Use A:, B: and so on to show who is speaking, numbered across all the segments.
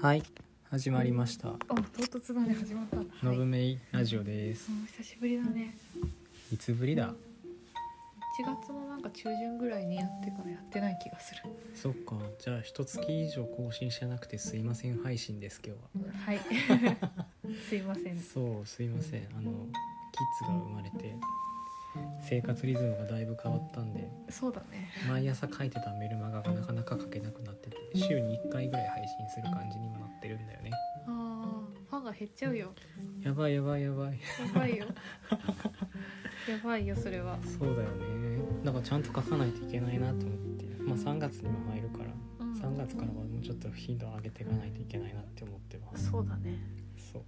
A: はい始まりました
B: お唐突だね始まったんだ
A: 「のぶ
B: はい、
A: めいラジオ」です
B: もう久しぶりだね
A: いつぶりだ
B: 1月のなんか中旬ぐらいにやってからやってない気がする
A: そっかじゃあ一月以上更新してなくてすいません配信です今日
B: はい すいません
A: はそうすいませんあのキッズが生まれて生活リズムがだいぶ変わったんで
B: そうだね
A: 毎朝書いてたメルマガがなかなか書けなくなってて週に1回ぐらい配信する感じにもなってるんだよね
B: あーファンが減っちゃうよ
A: やばいやばいやばい
B: やばい よやばいよそれは
A: そうだよねだからちゃんと書かないといけないなと思ってまあ3月にも入るから
B: うん
A: 3月からはもうちょっと頻度を上げていかないといけないなって思ってます
B: そうだね
A: そう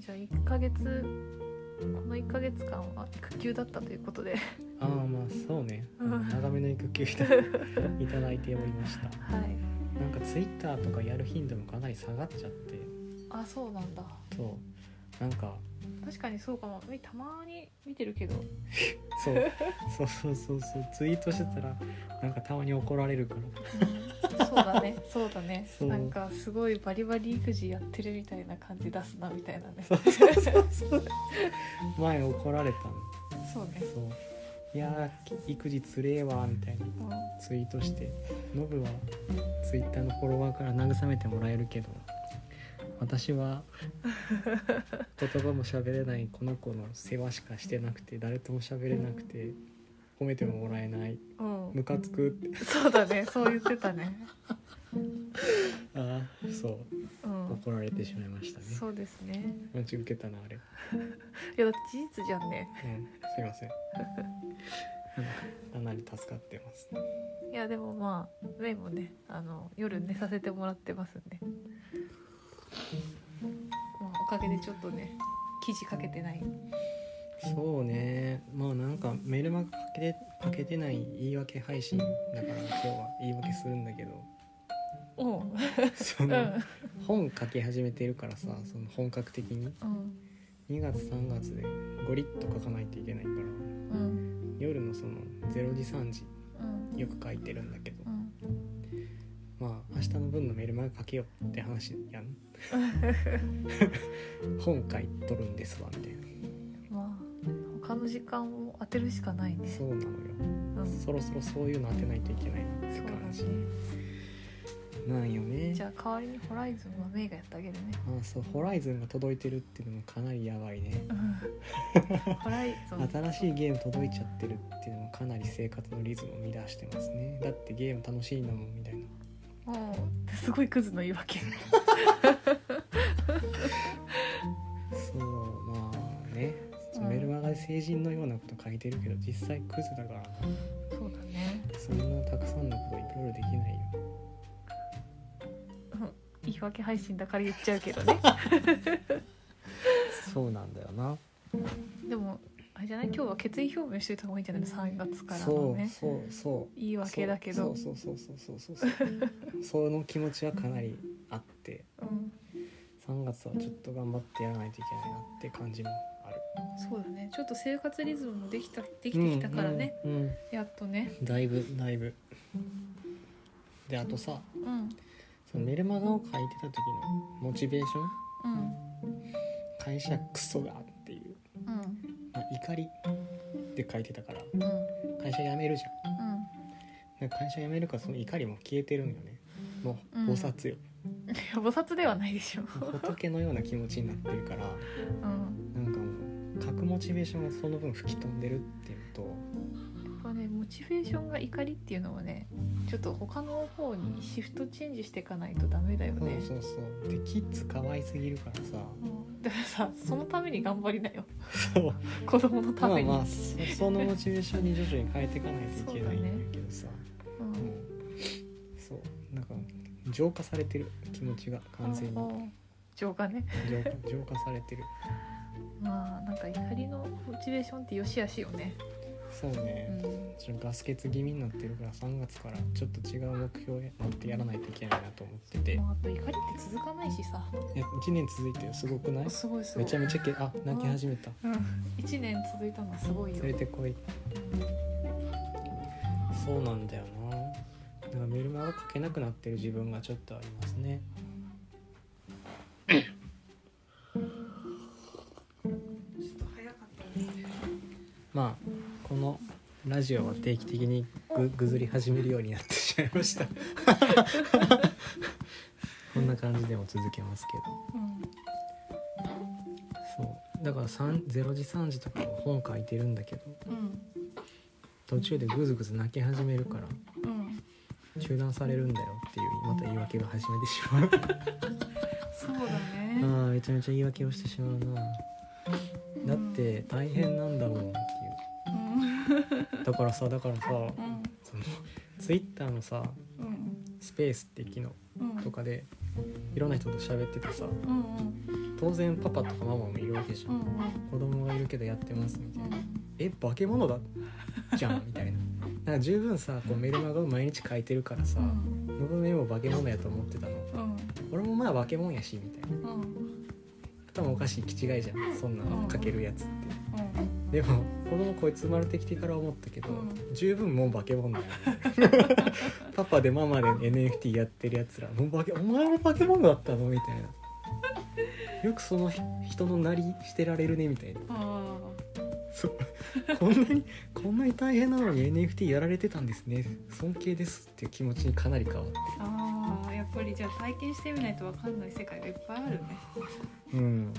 B: じゃあ1ヶ月この1ヶ月間は育休だったということで
A: ああまあそうね
B: うん
A: 長めの育休いたいただいておりました
B: はい
A: なんかツイッターとかやる頻度もかなり下がっちゃって
B: あそうなんだ
A: そうなんか
B: 確かにそうかもみたまに見てるけど
A: そう そうそうそうそうツイートしてたらなんかたまに怒られるから
B: そうだね、 そうだね
A: そう
B: なんかすごいバリバリ育児やってるみたいな感じ出すなみたいなね。
A: そうそうそうそう前怒られたの
B: そうね。
A: そういやー育児つれえわみたいな
B: うん
A: ツイートしてノブはツイッターのフォロワーから慰めてもらえるけど私は言葉も喋れないこの子の世話しかしてなくて誰とも喋れなくて褒めてももらえない
B: うん、
A: ムカつくって
B: そうだね、そう言ってたね。、
A: ああそううん怒られてしまいましたね
B: そうですね。
A: 待ち受けたなあれ、
B: いやだって事実じゃんね。
A: うん、すいませんかなり助かってます
B: いやでもまあメイもね、あの夜寝させてもらってますんで。まあおかげでちょっとね、記事かけてない。
A: そうねまあなんかメルマガかけてかけてない言い訳配信だから今日は言い訳するんだけど
B: おう、
A: そうの
B: ん、
A: 本書き始めてるからさその本格的に
B: うん、
A: 2月3月でゴリッと書かないといけないから
B: うん、
A: 夜のその0時3時
B: うん、
A: よく書いてるんだけど
B: うん。
A: まあ明日の分のメルマガ書けよって話やん本書いとるんですわみたいな
B: まあ他の時間を当てるしかないね。
A: そうなのよ
B: うん
A: そろそろそういうの当てないといけないなって
B: そうだ
A: 感じ
B: ね。
A: なんよね
B: じゃあ代わりにホライズンはメイがやってあげるね。
A: あそうホライズンが届いてるっていうのもかなりやばいね
B: ホライズン。
A: 新しいゲーム届いちゃってるっていうのもかなり生活のリズムを乱してますねだってゲーム楽しいのもんみたいな
B: うん。すごいクズの言い訳。
A: そうまあね
B: うん
A: メルマガで成人のようなこと書いてるけど実際クズだから
B: そうだね。
A: そんなたくさんのこといろいろできないよ
B: うん言い訳配信だから言っちゃうけどね。
A: そうなんだよな
B: でもあれじゃない今日は決意表明しておいた方がいいんじゃないの？三月からの
A: そう
B: ね。
A: そうそう
B: 言い訳だけ
A: そ
B: ど
A: う。そうそうそうそうそうそうその気持ちはかなりあって
B: うん。
A: 3月はちょっと頑張ってやらないといけないなって感じもある
B: そうだね。ちょっと生活リズムもできたできてきたからね。
A: うんうんうん
B: やっとね。
A: だいぶだいぶであとさ
B: うん。
A: そのメルマガを書いてた時のモチベーション
B: うん。
A: 会社クソがっていう、
B: うん。
A: まあ、怒りって書いてたから
B: うん。
A: 会社辞めるじゃんなんか会社辞めるからその怒りも消えてるんよねもう
B: うん
A: 菩薩よ、
B: うん。いや菩薩ではないでしょ。
A: 仏のような気持ちになってるから
B: うん。
A: なんかもう書くモチベーションがその分吹き飛んでるっていうのと
B: これねモチベーションが怒りっていうのはねちょっと他の方にシフトチェンジしていかないとダメだよね、
A: そうそうそうでキッズ可愛すぎるからさ
B: うんだからさそのために頑張りなよ
A: そう
B: 子供のた
A: まあ
B: めに、
A: まあそそのモチベーションに徐々に変えていかないといけないんだけどさ
B: う
A: うんんそうなんか浄化されてる気持ちが完全に
B: う
A: 浄
B: ん情がね
A: 化浄化されてる
B: まあなんか怒りのモチベーションってよし悪しよね、
A: そう
B: う
A: ね、
B: ん、
A: ちょっとガス欠気味になってるから3月からちょっと違う目標へ持ってやらないといけないなと思ってて
B: まああと怒りって続かないしさ
A: 1年続いてすごくない
B: すごいすご
A: め
B: い
A: ちゃめちゃけあ泣き始めた
B: うん、1年続いたのはすごいよ
A: 連れてこいそうなんだよななんかメルマガ書けなくなってる自分がちょっとありますねまあこのラジオは定期的にぐぐずり始めるようになってしまいま したこんな感じでも続けますけどそうだから3 0時3時とかも本書いてるんだけど
B: うん
A: 途中でぐずぐず泣き始めるから
B: うんうん
A: 中断されるんだよっていうまた言い訳が始めてしまう
B: そうだ
A: あ
B: ね
A: ーめちゃめちゃ言い訳をしてしまうなだって大変なんだもんってい
B: うん
A: うだからさだからさ
B: うん
A: そのツイッターのさ
B: うん
A: スペースって機能
B: うん
A: とかでいろんな人と喋っててさ
B: うんうん
A: 当然パパとかママもいるわけじゃ
B: うん
A: ん
B: うん
A: 子供がいるけどやってますみたいな
B: う
A: え化け物だじゃん みたいななんか十分さこうメルマガを毎日書いてるからさ
B: ん
A: 僕のも化け物やと思ってたの
B: うん
A: 俺もまあ化け物やしみたいな
B: うん
A: 頭おかしい気違いじゃんそんなの書けるやつって
B: うん
A: でも子供こいつ生まれてきてから思ったけど
B: う
A: 十分もう化け物だよ、ね、 パパでママで NFT やってるやつらもう化けお前も化け物だったのみたいなよくそのひ人のなりしてられるねみたいな
B: あ
A: そうこんなにこんなに大変なのに NFT やられてたんですね尊敬ですっていう気持ちにかなり変わって
B: ーあーやっぱりじゃあ体験してみないとわかんない世界がいっぱいあるね
A: うん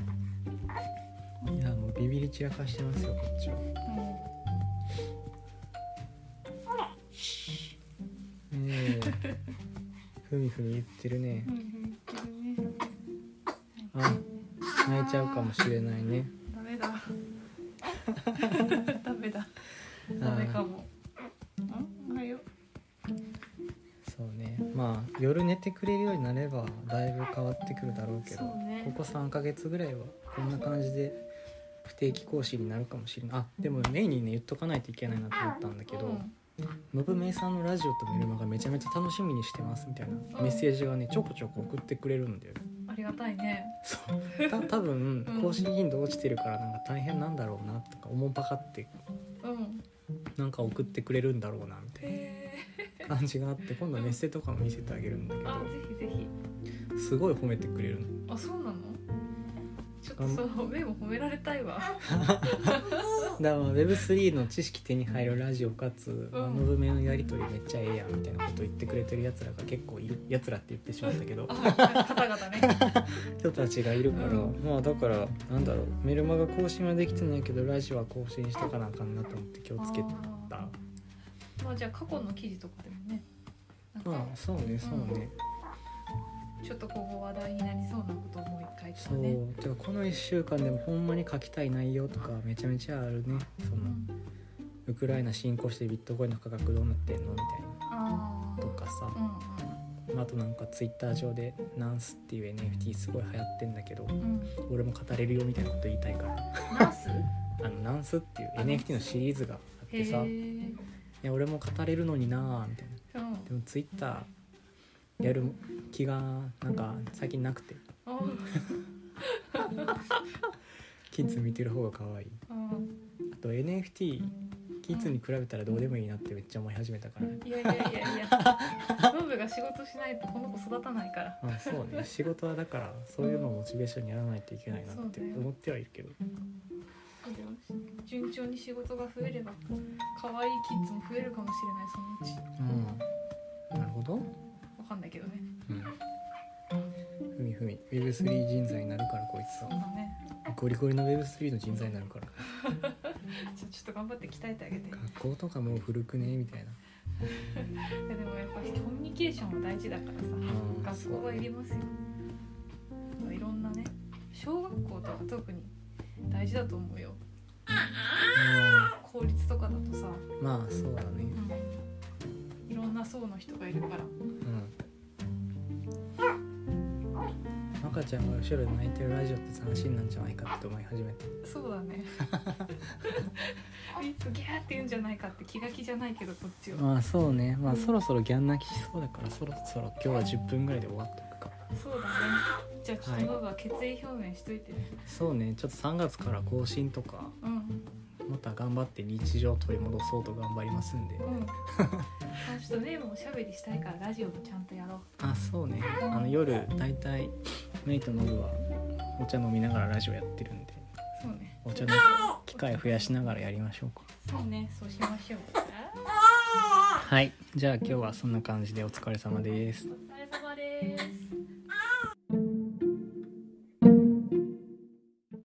A: いやもうビビり散らかしてますよこっちはねえふみふみ言ってるね
B: うんうんうん言ってるね
A: あ泣いちゃうかもしれないね
B: ダメだ ダメだ ダメかもんおはよ
A: そうねまあ夜寝てくれるようになればだいぶ変わってくるだろうけど
B: そうね
A: ここ3ヶ月ぐらいはこんな感じで不定期更新になるかもしれないあでもメインにね言っとかないといけないなと思ったんだけ
B: う
A: ど
B: ん
A: ノブメイさんのラジオとメルマがめちゃめちゃ楽しみにしてますみたいなメッセージがねちょこちょこ送ってくれるんだよね
B: ありがたいね
A: そうた多分
B: うん
A: 更新頻度落ちてるからなんか大変なんだろうなとかおもんぱかって
B: うん
A: なんか送ってくれるんだろうなみたい
B: へえ
A: な感じがあ って今度メッセとかも見せてあげるんだけ
B: あ
A: ど
B: ぜひぜひ
A: すごい褒めてくれるの
B: あそうなのちょっとそう目も褒められたい わ
A: だから Web3 の知識手に入るラジオかつ「
B: うん
A: あの文明のやり取りめっちゃええやん」みたいなこと言ってくれてるやつらが結構いるやつらって言ってしまったけど
B: あ方々ね
A: 人たちがいるから、
B: うん
A: まあだからなんだろうメルマガ更新はできてないけどラジオは更新したかなあかんなと思って気をつけ
B: あ
A: た
B: ーまあじゃあ過去の記事とかでもねなんか
A: まあそうねそうね、
B: ちょっと今後話題になりそうなことをもう一回と
A: そ
B: かね
A: うてかこの1週間でもほんまに書きたい内容とかめちゃめちゃあるねそうの
B: ん
A: ウクライナ侵攻してビットコインの価格どうなってんのみたいな
B: あ
A: とかさ、
B: あ
A: あとなんかツイッター上で「ナンス」っていう NFT すごい流行ってんだけど
B: うんうん
A: 俺も語れるよみたいなこと言いたいから
B: ナース
A: あの「ナンス」っていう NFT のシリーズがあっ
B: へ
A: て
B: え
A: さいや俺も語れるのになーみたいな
B: うん
A: でもツイッターやる気がなんか最近なくて
B: あ
A: キッズ見てる方が可愛い
B: うん
A: あと NFT キッズに比べたらどうでもいいなってめっちゃ思い始めたから
B: いやいやいやいやノブが仕事しないとこの子育たないから
A: あそうね仕事はだからそういうのをモチベーションにやらないといけないなって思ってはいるけど
B: 順調に仕事が増えれば可愛いキッズも増えるかもしれないそのうち
A: うんなるほど
B: わかんないけどね
A: ふみふみ Web3 人材になるからこいつ
B: そう
A: は
B: だね
A: ゴリゴリの Web3 の人材になるから
B: ちょちょっと頑張って鍛えてあげていや
A: 学校とかもう古くねみたいな
B: でもやっぱりコミュニケーションは大事だから
A: ん
B: さ学校はいりますよいろんなね小学校とか特に大事だと思うよ
A: あ
B: 公立とかだとさ、
A: ーまあそうだね
B: いろんな層の人がいるから
A: うん赤ちゃんが後ろで泣いてるラジオって斬新なんじゃないかって思い始めた
B: そうだ ねいつギャーって言うんじゃないかって気が気じゃないけどこっちは
A: まあそうねまあそろそろギャン泣きしそうだからそろそろ今日は10分ぐらいで終わっとくか
B: そうだねじゃあちょっとノブは決意表明しといてね、
A: そうねちょっと3月から更新とか
B: うん
A: また頑張って日常を取り戻そうと頑張りますんで
B: うんあちょっとねもうおしゃべりしたいからラジオもちゃんとやろう
A: あそうねあの夜だいたいメイとノブはお茶飲みながらラジオやってるんで
B: そうね
A: お茶の機会増やしながらやりましょうか
B: そうねそうしましょう
A: はいじゃあ今日はそんな感じでお疲れ様です
B: お疲れ様です